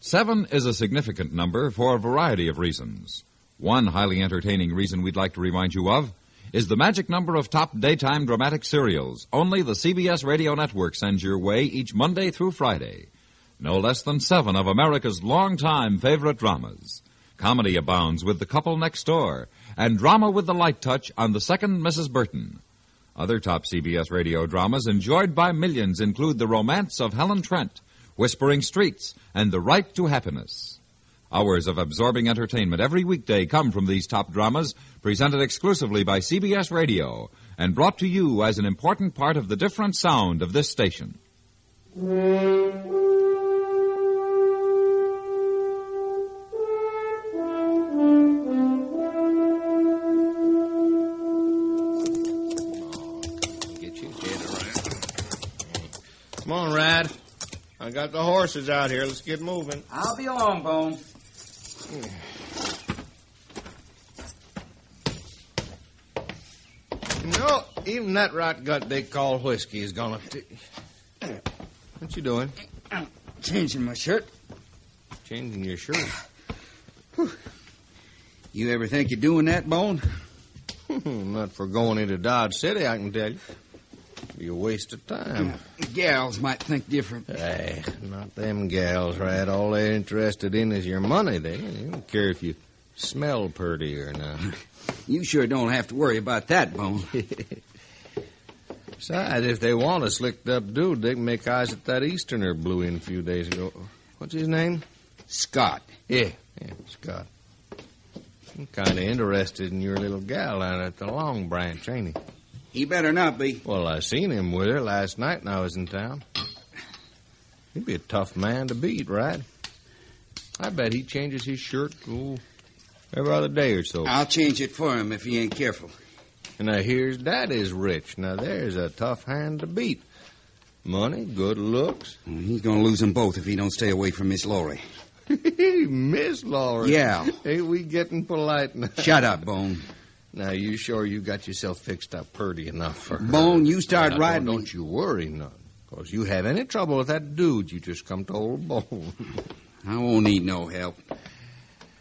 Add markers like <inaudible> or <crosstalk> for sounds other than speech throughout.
Seven is a significant number for a variety of reasons. One highly entertaining reason we'd like to remind you of is the magic number of top daytime dramatic serials only the CBS radio network sends your way each Monday through Friday. No less than seven of America's longtime favorite dramas. Comedy abounds with The Couple Next Door and drama with the light touch on The Second Mrs. Burton. Other top CBS radio dramas enjoyed by millions include The Romance of Helen Trent, Whispering Streets, and The Right to Happiness. Hours of absorbing entertainment every weekday come from these top dramas, presented exclusively by CBS Radio and brought to you as an important part of the different sound of this station. Get you dead, all right. Come on, Rad. I got the horses out here. Let's get moving. I'll be along, Bone. You know, even that rot gut they call whiskey is gonna. T- what you doing? Changing my shirt. Changing your shirt. You ever think you're doing that, Bone? <laughs> Not for going into Dodge City, I can tell you. Be a waste of time. Gals might think different. Hey, not them gals, Rad. All they're interested in is your money. They, they don't care if you smell purty or not. <laughs> You sure don't have to worry about that, <laughs> Bone. Besides, if they want a slicked up dude, they can make eyes at that Easterner blew in a few days ago. What's his name? Scott. Yeah, yeah, Scott. I'm kind of interested in your little gal out at the Long Branch, ain't he? He better not be. Well, I seen him with her last night when I was in town. He'd be a tough man to beat, right? I bet he changes his shirt ooh, every other day or so. I'll change it for him if he ain't careful. And I hears Daddy's rich. Now there's a tough hand to beat. <laughs> Money, good looks. Mm, He's gonna lose them both if he don't stay away from Miss Laurie. Miss Laura. Yeah. Ain't we getting polite now? Shut up, Bone. Now, you sure you got yourself fixed up purty enough for her? Bone, you start Now, riding. Don't, don't you worry none. 'Cause you have any trouble with that dude, you just come to old Bone. I won't need no help.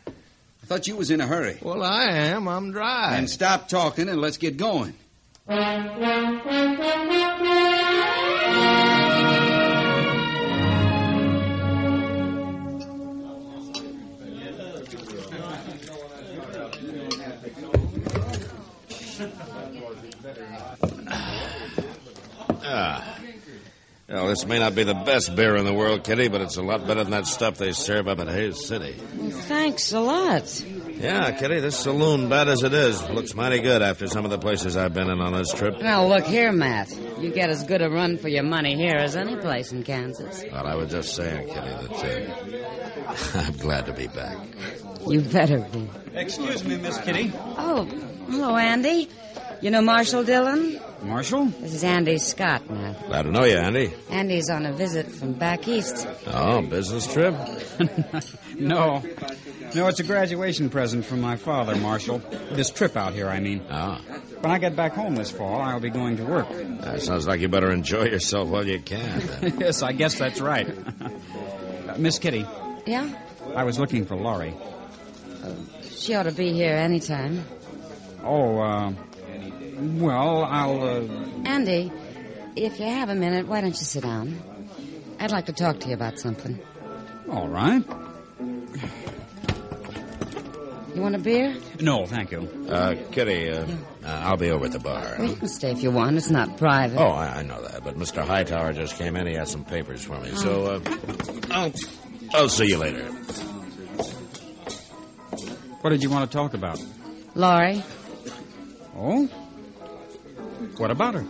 I thought you was in a hurry. well, I am. I'm dry. And stop talking and let's get going. Ah. Well, this may not be the best beer in the world, Kitty, but it's a lot better than that stuff they serve up at Hayes City. Thanks a lot. Yeah, Kitty, this saloon, bad as it is, looks mighty good after some of the places I've been in on this trip. Now, look here, Matt. You get as good a run for your money here as any place in Kansas. Well, I was just saying, Kitty, that uh, <laughs> I'm glad to be back. You better be. Excuse me, Miss Kitty. Oh, hello, Andy. You know Marshall Dillon? Marshal? This is Andy Scott, Matt. Glad to know you, Andy. Andy's on a visit from back east. Oh, business trip? <laughs> No. No, it's a graduation present from my father, Marshal. This trip out here, I mean. Oh. When I get back home this fall, I'll be going to work. <laughs> Ah, sounds like you better enjoy yourself while you can. yes, I guess that's right. <laughs> Uh, Miss Kitty, Yeah? I was looking for Laurie. She ought to be here any time. Oh, uh, well, I'll. Uh, Andy, if you have a minute, why don't you sit down? I'd like to talk to you about something. all right. You want a beer? No, thank you. Uh, Kitty, uh, uh, I'll be over at the bar. Well, you can stay if you want. It's not private. Oh, I, I know that, but Mr. Hightower just came in. He has some papers for me, so uh, I'll, I'll see you later. What did you want to talk about? Laurie, Oh? What about her?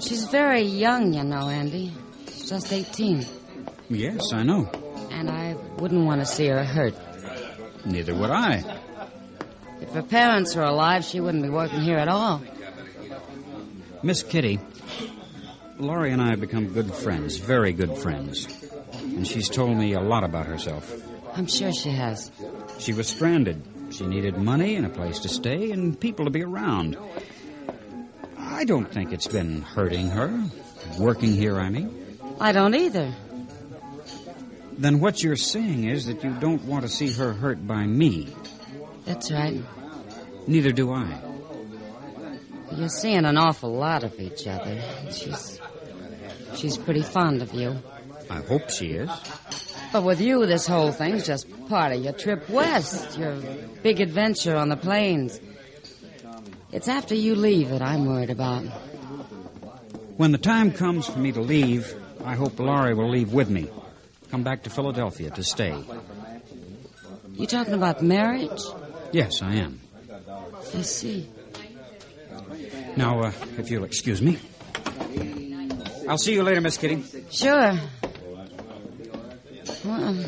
she's very young, you know, Andy. She's just 18. Yes, I know. And I wouldn't want to see her hurt. Neither would I. If her parents were alive, she wouldn't be working here at all. Miss Kitty, Laurie and I have become good friends, very good friends. And she's told me a lot about herself. I'm sure she has. She was stranded. She needed money and a place to stay and people to be around. I don't think it's been hurting her. Working here, I mean. I don't either. Then what you're saying is that you don't want to see her hurt by me. That's right. Neither do I. You're seeing an awful lot of each other. She's she's pretty fond of you. I hope she is. But with you, this whole thing's just part of your trip west, your big adventure on the plains. It's after you leave that I'm worried about. When the time comes for me to leave, I hope Laurie will leave with me. Come back to Philadelphia to stay. You talking about marriage? Yes, I am. I see. Now, uh, if you'll excuse me. I'll see you later, Miss Kitty. Sure. Well,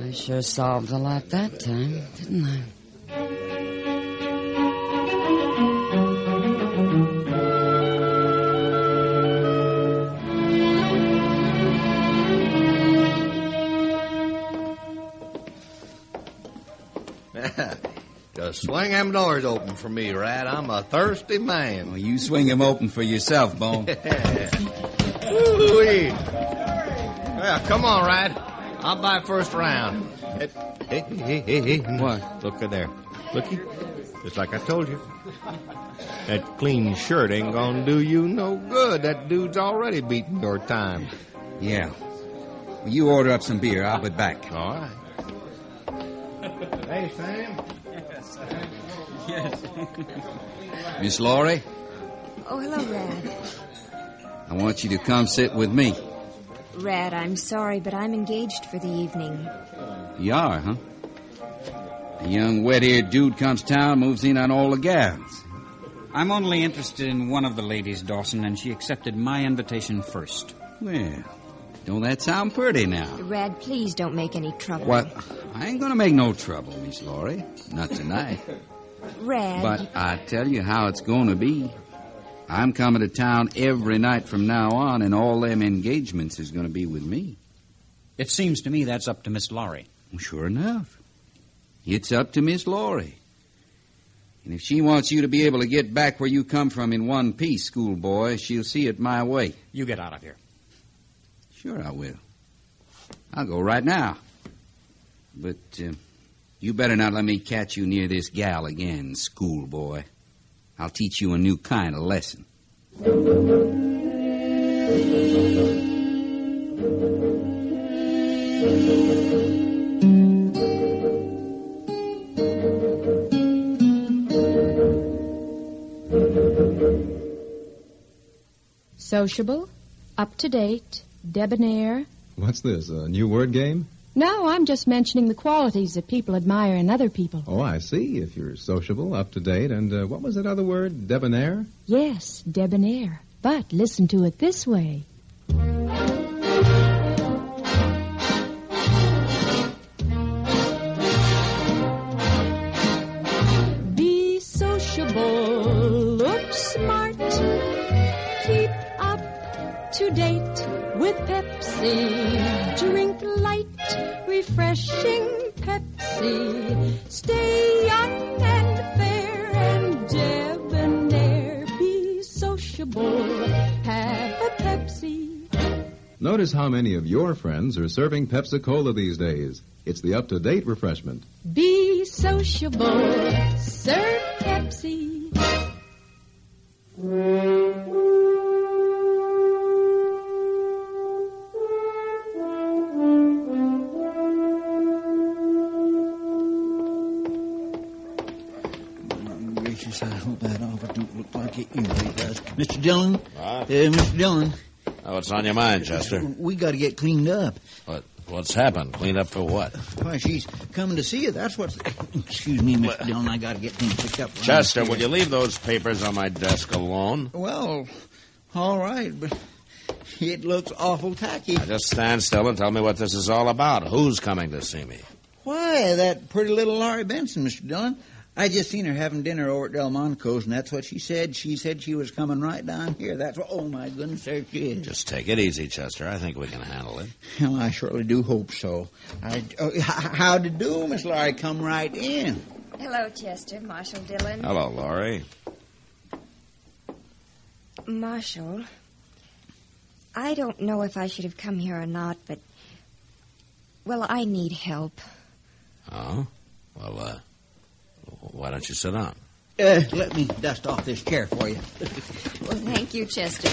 I sure solved a lot that time, didn't I? <laughs> Just swing them doors open for me, Rat. I'm a thirsty man. Well, you swing him open for yourself, <laughs> Bone. Ooh-wee. Well, come on, Rat. I'll buy first round. Hey, hey, hey, hey, hey. What? Look at there. Looky. Just like I told you. That clean shirt ain't gonna do you no good. That dude's already beating your time. yeah. Well, you order up some beer. I'll be back. All right. Hey, Sam. Miss Laurie, Oh, hello, Rad. I want you to come sit with me. Rad, I'm sorry, but I'm engaged for the evening. You are, huh? A young wet-eared dude comes town, moves in on all the gals. I'm only interested in one of the ladies, Dawson, and she accepted my invitation first. Well, don't that sound pretty now? Rad, please don't make any trouble. What? I ain't gonna make no trouble, Miss Laurie. Not tonight. Rad. But I tell you how it's going to be. I'm coming to town every night from now on, and all them engagements is going to be with me. It seems to me that's up to Miss Laurie. Well, sure enough. It's up to Miss Laurie. And if she wants you to be able to get back where you come from in one piece, schoolboy, she'll see it my way. You get out of here. Sure, I will. I'll go right now. But uh, you better not let me catch you near this gal again, schoolboy. I'll teach you a new kind of lesson. Sociable, up to date, debonair. What's this, a new word game? No, I'm just mentioning the qualities that people admire in other people. Oh, I see. If you're sociable, up to date, and uh, what was that other word? Debonair? Yes, debonair. But listen to it this way. Be sociable, look smart, keep up to date with Pepsi, drink light, refreshing Pepsi, stay young and fair and debonair. comfortable. Have a Pepsi. Notice how many of your friends are serving Pepsi Cola these days. It's the up to date refreshment. Be sociable. Serve Pepsi. Gracious, I hope that offer don't look like it usually does. Mr. Dillon? Uh, Mr. Dillon, Oh, what's on your mind, Chester? we got to get cleaned up. What? What's happened? Cleaned up for what? Why, she's coming to see you. That's what's... <coughs> Excuse me, Mr. Dillon, I got to get things picked up. Chester, will you leave those papers on my desk alone? Well, all right, but it looks awful tacky. Now just stand still and tell me what this is all about. Who's coming to see me? Why, that pretty little Laurie Benson, Mr. Dillon. I just seen her having dinner over at Delmonico's, and that's what she said. She said she was coming right down here. That's what, oh my goodness, there she is. Just take it easy, Chester. I think we can handle it. Well, I surely do hope so. I, oh, h- how to do, Miss Laurie? Come right in. Hello, Chester. Marshall Dillon. Hello, Laurie. Marshall, I don't know if I should have come here or not, but. Well, I need help. Oh? Well, uh, why don't you sit down? Uh, let me dust off this chair for you. <laughs> Well, thank you, Chester.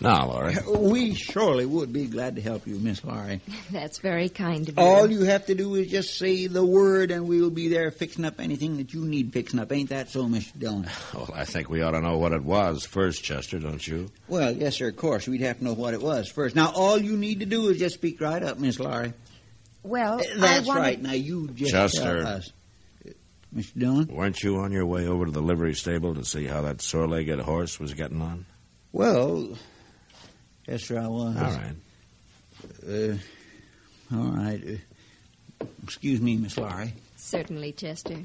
Now, Laurie. We surely would be glad to help you, Miss Laurie. <laughs> That's very kind of you. All you have to do is just say the word, and we'll be there fixing up anything that you need fixing up. Ain't that so, Mr. Dillon? Well, I think we ought to know what it was first, Chester, don't you? Well, yes, sir, of course. We'd have to know what it was first. Now, all you need to do is just speak right up, Miss Laurie. Well, That's I wanted... right. Now, you just Chester. tell us. Mr. uh, Dillon? Weren't you on your way over to the livery stable to see how that sore legged horse was getting on? Well, yes, sir, I was. All right. Uh, all right. Uh, excuse me, Miss Laurie. Certainly, Chester.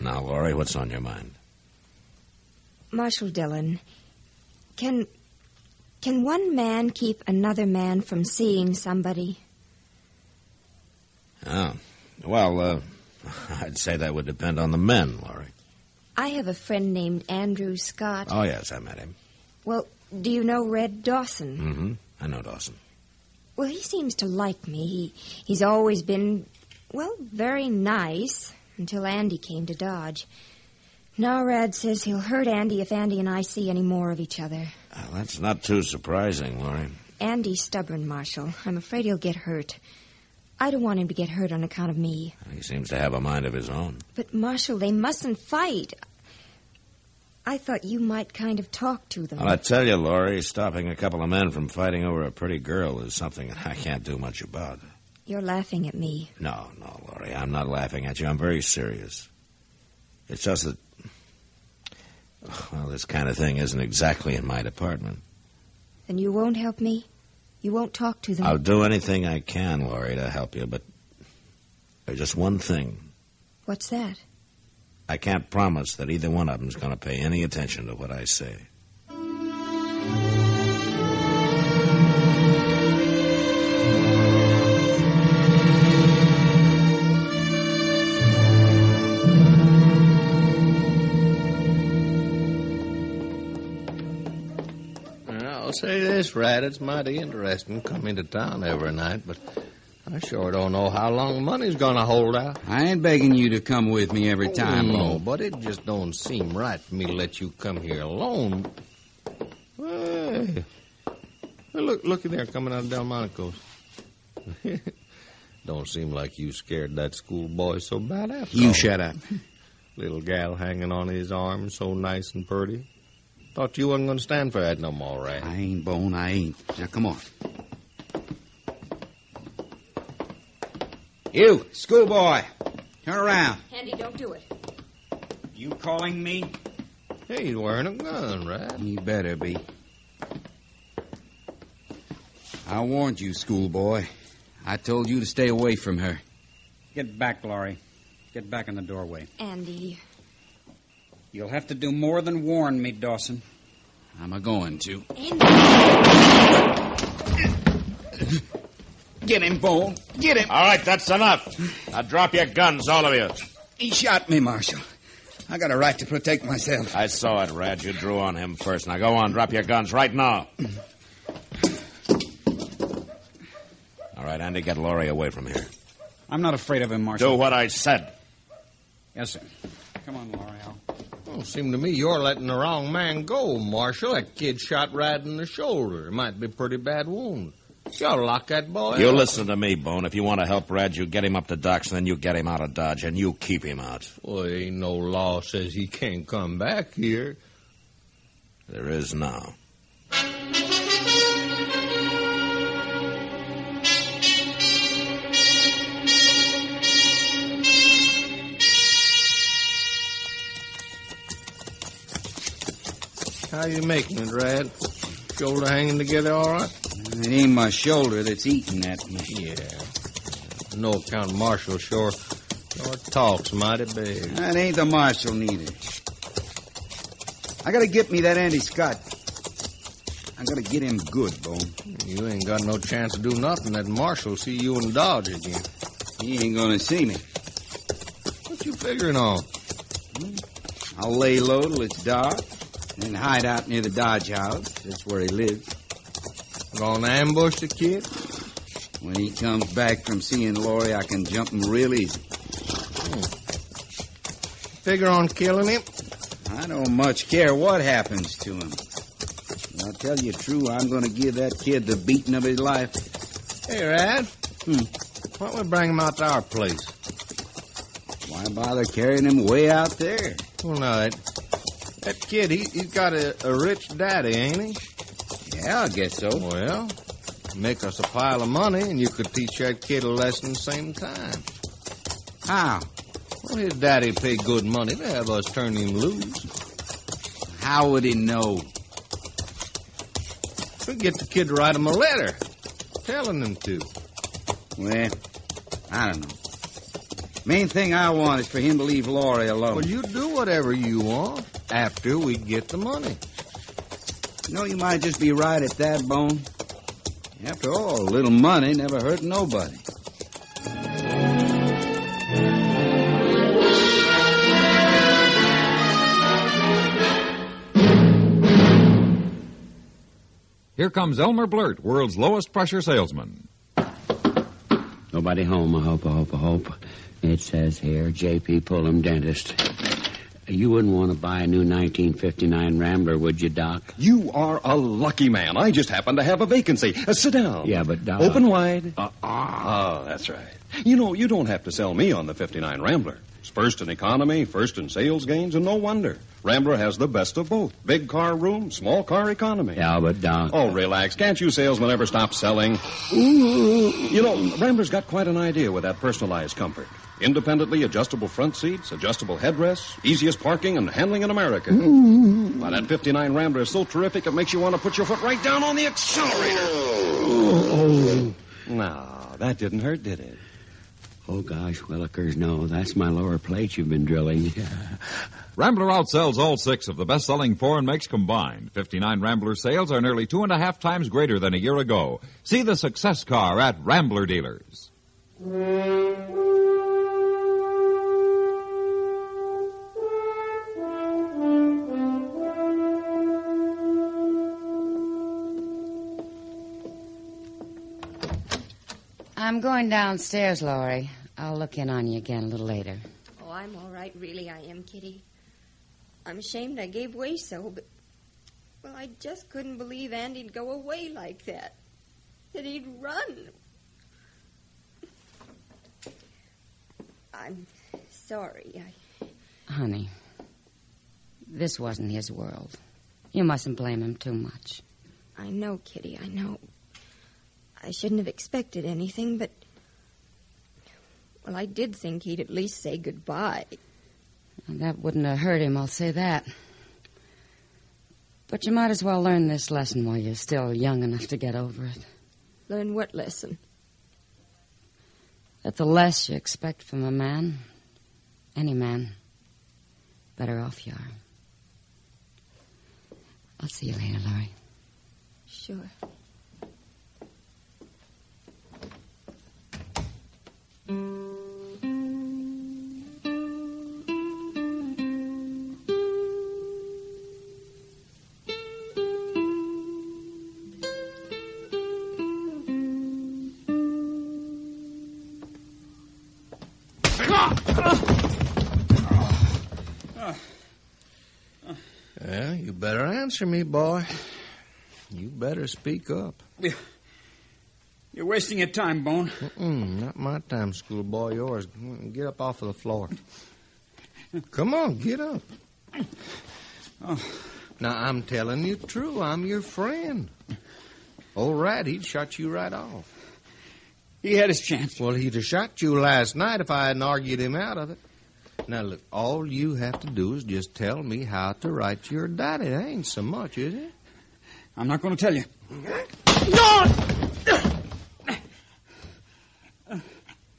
Now, Laurie, what's on your mind? Marshall Dillon, can. Can one man keep another man from seeing somebody? Oh. Well, uh, <laughs> I'd say that would depend on the men, Laurie. I have a friend named Andrew Scott. Oh, yes, I met him. Well, do you know Red Dawson? Mm-hmm. I know Dawson. Well, he seems to like me. He he's always been well, very nice until Andy came to Dodge. Now Rad says he'll hurt Andy if Andy and I see any more of each other. Uh, that's not too surprising, Laurie. Andy's stubborn, Marshall. I'm afraid he'll get hurt. I don't want him to get hurt on account of me. He seems to have a mind of his own. But Marshall, they mustn't fight. I thought you might kind of talk to them. Well, I tell you, Laurie, stopping a couple of men from fighting over a pretty girl is something that I can't do much about. You're laughing at me. No, no, Laurie, I'm not laughing at you. I'm very serious. It's just that, well, this kind of thing isn't exactly in my department. Then you won't help me. You won't talk to them. I'll do anything I can, Laurie, to help you, but there's just one thing. What's that? I can't promise that either one of them's going to pay any attention to what I say. I'll say this, Rat. It's mighty interesting coming to town every night, but I sure don't know how long money's going to hold out. I ain't begging you to come with me every time, no, Lowell. Hmm, but it just don't seem right for me to let you come here alone. Hey, Hey, look, looky there, coming out of Delmonico's. <laughs> don't seem like you scared that schoolboy so bad after You all. shut up. <laughs> Little gal hanging on his arm, so nice and pretty. Thought you wasn't going to stand for that no more, Rat. I ain't bone, I ain't. Now come on. You, schoolboy, turn around. Andy, don't do it. You calling me? He's wearing a gun, Rat. You better be. I warned you, schoolboy. I told you to stay away from her. Get back, Laurie. Get back in the doorway. Andy. You'll have to do more than warn me, Dawson. I'm a going to. Get him, Bone. Get him. All right, that's enough. Now drop your guns, all of you. He shot me, Marshal. I got a right to protect myself. I saw it, Rad. You drew on him first. Now go on, drop your guns right now. All right, Andy, get Laurie away from here. I'm not afraid of him, Marshal. Do what I said. Yes, sir. Come on, Laurie. Well, seemed to me you're letting the wrong man go, Marshal. That kid shot right in the shoulder. Might be pretty bad wound. You ought to lock that boy You up. listen to me, Boone. If you want to help Rad, you get him up the docks, then you get him out of Dodge, and you keep him out. Well, ain't no law says he can't come back here. There is now. How you making it, Rad? Shoulder hanging together all right? It ain't my shoulder that's eating at me. Yeah. No account Marshal, sure. Sure talks mighty big. That ain't the marshal neither. I gotta get me that Andy Scott. I gotta get him good, Bone. You ain't got no chance to do nothing. That Marshal see you in Dodge again. He ain't gonna see me. What you figuring on? I'll lay low till it's dark, then hide out near the Dodge house. That's where he lives. Gonna ambush the kid? When he comes back from seeing Laurie, I can jump him real easy. Figure on killing him? I don't much care what happens to him. But I'll tell you true, I'm gonna give that kid the beating of his life. Hey, Rad. Hmm. Why don't we bring him out to our place? Why bother carrying him way out there? Well, now, that, that kid, he, he's got a, a rich daddy, ain't he? Yeah, I guess so. Well, make us a pile of money, and you could teach that kid a lesson the same time. How? Well, his daddy paid good money to have us turn him loose. How would he know? We get the kid to write him a letter, telling him to. Well, I don't know. Main thing I want is for him to leave Laurie alone. Well, you do whatever you want after we get the money. You know, you might just be right at that, Bone. After all, a little money never hurt nobody. Here comes Elmer Blurt, world's lowest pressure salesman. Nobody home, I hope, I hope, I hope. It says here, J.P. Pullum, dentist. You wouldn't want to buy a new 1959 Rambler, would you, Doc? You are a lucky man. I just happen to have a vacancy. Uh, sit down. Yeah, but Uh, Doc... Open wide. Ah, that's right. You know, you don't have to sell me on the 59 Rambler. It's first in economy, first in sales gains, and no wonder. Rambler has the best of both big car room, small car economy. Yeah, but Doc... Oh, relax. Can't you salesmen ever stop selling? You know, Rambler's got quite an idea with that personalized comfort. Independently adjustable front seats, adjustable headrests, easiest parking and handling in America. Why, that 59 Rambler is so terrific it makes you want to put your foot right down on the accelerator. No, that didn't hurt, did it? Oh, gosh, Willikers, no. That's my lower plate you've been drilling. Rambler outsells all six of the best selling foreign makes combined. 59 Rambler sales are nearly two and a half times greater than a year ago. See the success car at Rambler Dealers. I'm going downstairs, Laurie. I'll look in on you again a little later. Oh, I'm all right, really, I am, Kitty. I'm ashamed I gave way so, but. Well, I just couldn't believe Andy'd go away like that. That he'd run. I'm sorry. I, Honey, this wasn't his world. You mustn't blame him too much. I know, Kitty, I know. I shouldn't have expected anything, but. Well, I did think he'd at least say goodbye. And that wouldn't have hurt him, I'll say that. But you might as well learn this lesson while you're still young enough to get over it. Learn what lesson? That the less you expect from a man, any man, better off you are. I'll see you later, Laurie. Sure. You better answer me, boy. You better speak up. You're wasting your time, Bone. Mm-mm, not my time, schoolboy. Yours. Mm, Get up off of the floor. Come on, get up. Oh. Now I'm telling you true. I'm your friend. Old Rat, he'd shot you right off. He had his chance. Well, he'd have shot you last night if I hadn't argued him out of it. Now look, all you have to do is just tell me how to write your daddy. That ain't so much, is it? I'm not going to tell you. No!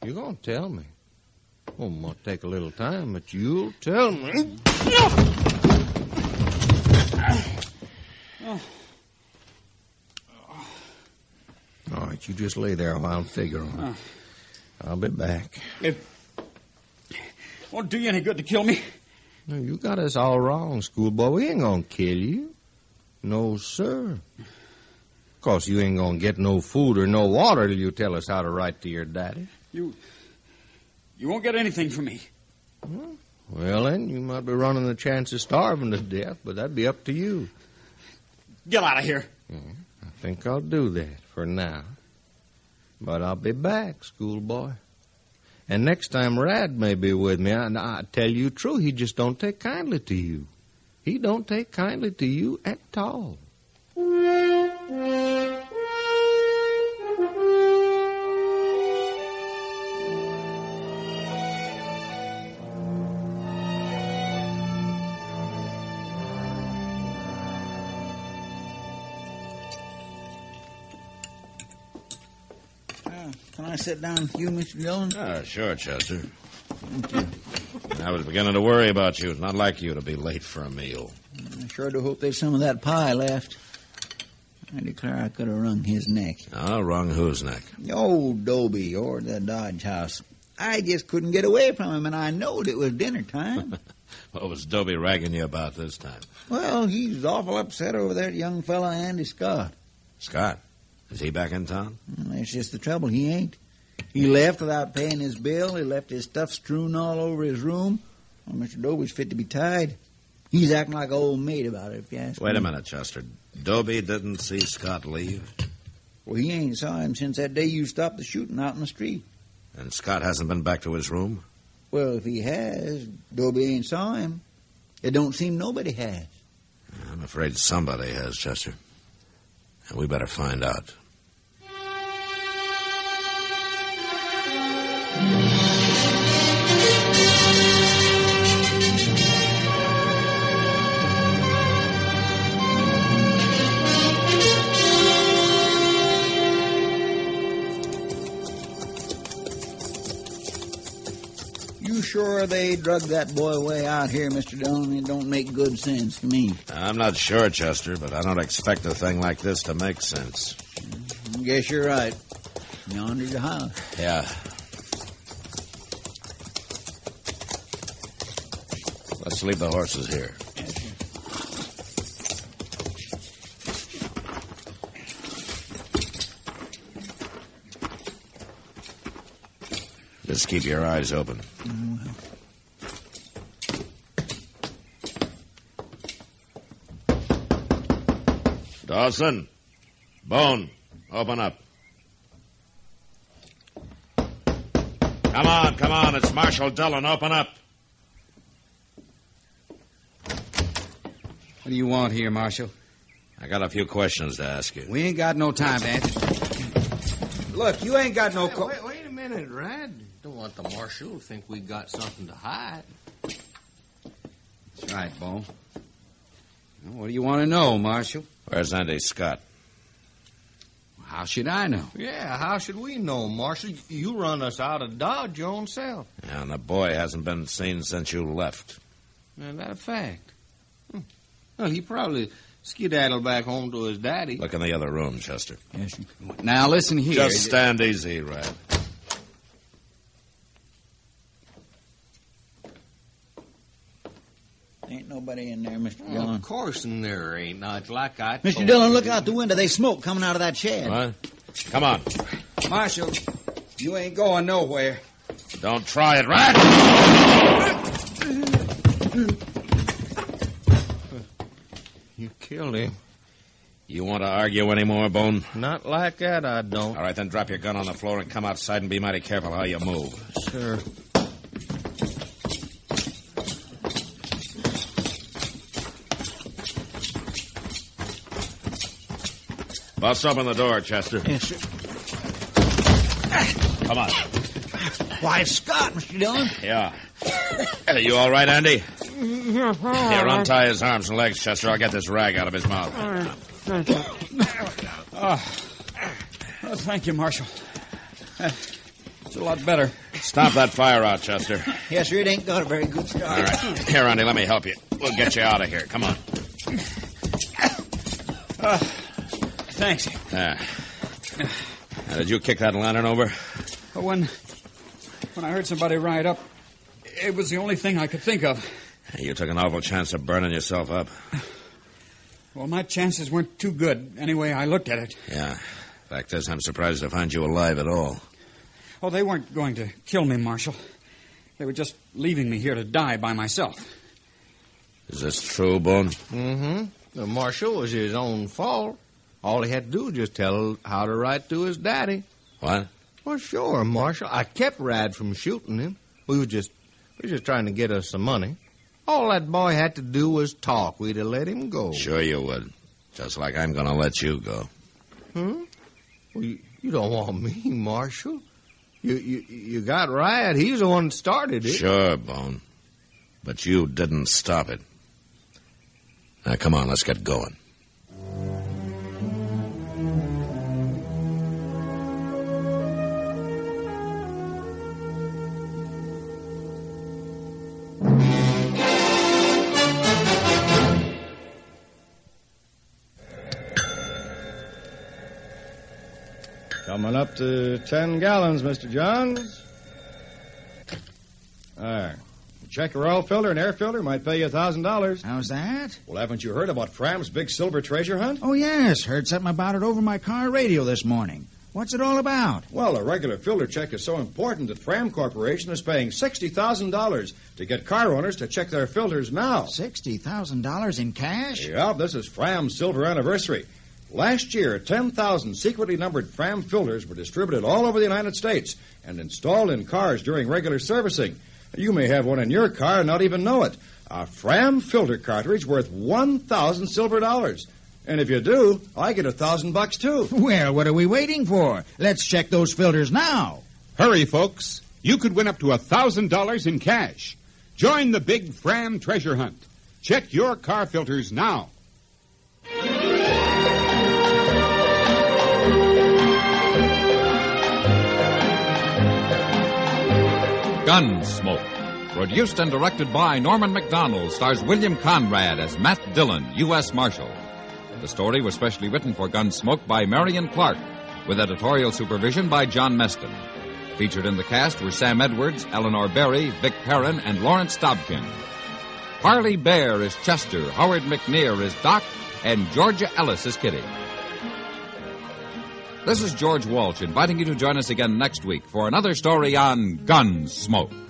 You're going to tell me. Well, it might take a little time, but you'll tell me. All right, you just lay there a while and figure on it. Uh. I'll be back. It won't do you any good to kill me. No, you got us all wrong, schoolboy. We ain't gonna kill you. No, sir. Of course, you ain't gonna get no food or no water till you tell us how to write to your daddy. You. You won't get anything from me. Well, then, you might be running the chance of starving to death, but that'd be up to you. Get out of here. I think I'll do that for now. But I'll be back, schoolboy. And next time Rad may be with me, I, I tell you true, he just don't take kindly to you. He don't take kindly to you at all. Uh, Can I sit down with you, Mr. Dillon? Ah, sure, Chester. I was beginning to worry about you. It's not like you to be late for a meal. I sure do hope there's some of that pie left. I declare I could have wrung his neck. Ah, wrong whose neck? The old Dobie or the Dodge house. I just couldn't get away from him, and I knowed it was <laughs> dinner time. What was Dobie ragging you about this time? well, he's awful upset over that young fella, Andy Scott. Scott. Is he back in town? And that's just the trouble. He ain't. He left without paying his bill. He left his stuff strewn all over his room. Well, Mr. Dobie's fit to be tied. He's acting like an old maid about it, if you ask Wait me. a minute, Chester. Dobie didn't see Scott leave, Well, he ain't saw him since that day you stopped the shooting out in the street. and Scott hasn't been back to his room? Well, if he has, Dobie ain't saw him. It don't seem nobody has. I'm afraid somebody has, Chester. And we better find out. You sure they drug that boy way out here, Mr. Dillon? It don't make good sense to me. I'm not sure, Chester, but I don't expect a thing like this to make sense. I guess you're right. Yonder's the house. Yeah. Let's leave the horses here. Just keep your eyes open. Dawson, Bone, open up. Come on, come on. It's Marshal Dillon. Open up. What do you want here, Marshal? I got a few questions to ask you. We ain't got no time to answer. Look, you ain't got no. Co- wait, wait a minute, Rad. Don't want the marshal to think we got something to hide. That's right, Bo. Well, What do you want to know, Marshal? Where's Andy Scott? How should I know? Yeah, how should we know, Marshal? You run us out of Dodge your own self. And the boy hasn't been seen since you left. Is that a fact? Hmm. Well, he probably skedaddled back home to his daddy. Look in the other room, Chester. Yes, Now listen here. Just stand easy, Red. Ain't nobody in there, Mm. Mr. Well, Dillon. of course, in there ain't not like I. Mr. told Dillon, you. look out the window. They smoke coming out of that shed. Oh, What? Come on. Marshal, you ain't going nowhere. Don't try it, Red. killed him. You want to argue anymore, Bone? Not like that, I don't. All right, then drop your gun on the floor and come outside and be mighty careful how you move. Sure. Bust open the door, Chester. Yes, sir. Come on. Why, Scott, Mr. Dillon. Yeah. Are you all right, Andy? Here, untie his arms and legs, Chester. I'll get this rag out of his mouth. Oh. Oh, thank you, Marshal. Uh, It's a lot better. Stop that fire out, Chester. Yes, sir, it ain't got a very good All start. right. Here, Andy, let me help you. We'll get you out of here. Come on. Uh, thanks. There. Now, Uh, did you kick that lantern over? But When, when I heard somebody ride up, it was the only thing I could think of. You took an awful chance of burning yourself up. Well, my chances weren't too good. Anyway, I looked at it. Yeah. Fact is, I'm surprised to find you alive at all. Oh, they weren't going to kill me, Marshal. They were just leaving me here to die by myself. Is this true, Bone? Mm-hmm. The marshal was his own fault. All he had to do was just tell how to write to his daddy. What? Well, sure, Marshal. I kept Rad from shooting him. We were just we were just trying to get us some money. All that boy had to do was talk. We'd have let him go. Sure you would. Just like I'm going to let you go. Hmm? Well, you, you don't want me, Marshal. You you you got Rad. He's the one that started it. Sure, Bone. But you didn't stop it. Now, come on, let's get going. Coming up to ten gallons, Mr. Johns. There. Check your oil filter and air filter might pay you a thousand dollars. How's that? Well, haven't you heard about Fram's big silver treasure hunt? Oh, yes. Heard something about it over my car radio this morning. What's it all about? Well, a regular filter check is so important that Fram Corporation is paying sixty thousand dollars to get car owners to check their filters now. Sixty thousand dollars in cash? Yeah, this is Fram's silver anniversary. Last year, 10,000 secretly numbered Fram filters were distributed all over the United States and installed in cars during regular servicing. You may have one in your car and not even know it. A Fram filter cartridge worth 1,000 silver dollars. And if you do, I get a thousand bucks too. <laughs> Well, what are we waiting for? Let's check those filters now. Hurry, folks. You could win up to $1,000 in cash. Join the big Fram treasure hunt. Check your car filters now. Gunsmoke. Produced and directed by Norman McDonald, stars William Conrad as Matt Dillon, U.S. Marshal. The story was specially written for Gunsmoke by Marion Clark, with editorial supervision by John Meston. Featured in the cast were Sam Edwards, Eleanor Berry, Vic Perrin, and Lawrence Dobkin. Harley Bear is Chester, Howard McNear is Doc, and Georgia Ellis is Kitty. This is George Walsh inviting you to join us again next week for another story on Gunsmoke.